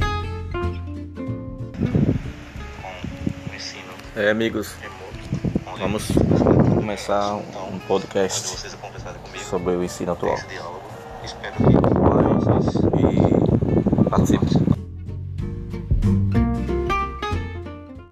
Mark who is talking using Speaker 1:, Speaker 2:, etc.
Speaker 1: com o um ensino
Speaker 2: É, amigos,
Speaker 1: remoto. onde
Speaker 2: vamos começar um
Speaker 1: eu convido
Speaker 2: podcast
Speaker 1: vocês a conversarem comigo
Speaker 2: sobre o ensino atual.
Speaker 1: nesse diálogo. Espero que
Speaker 2: E participe.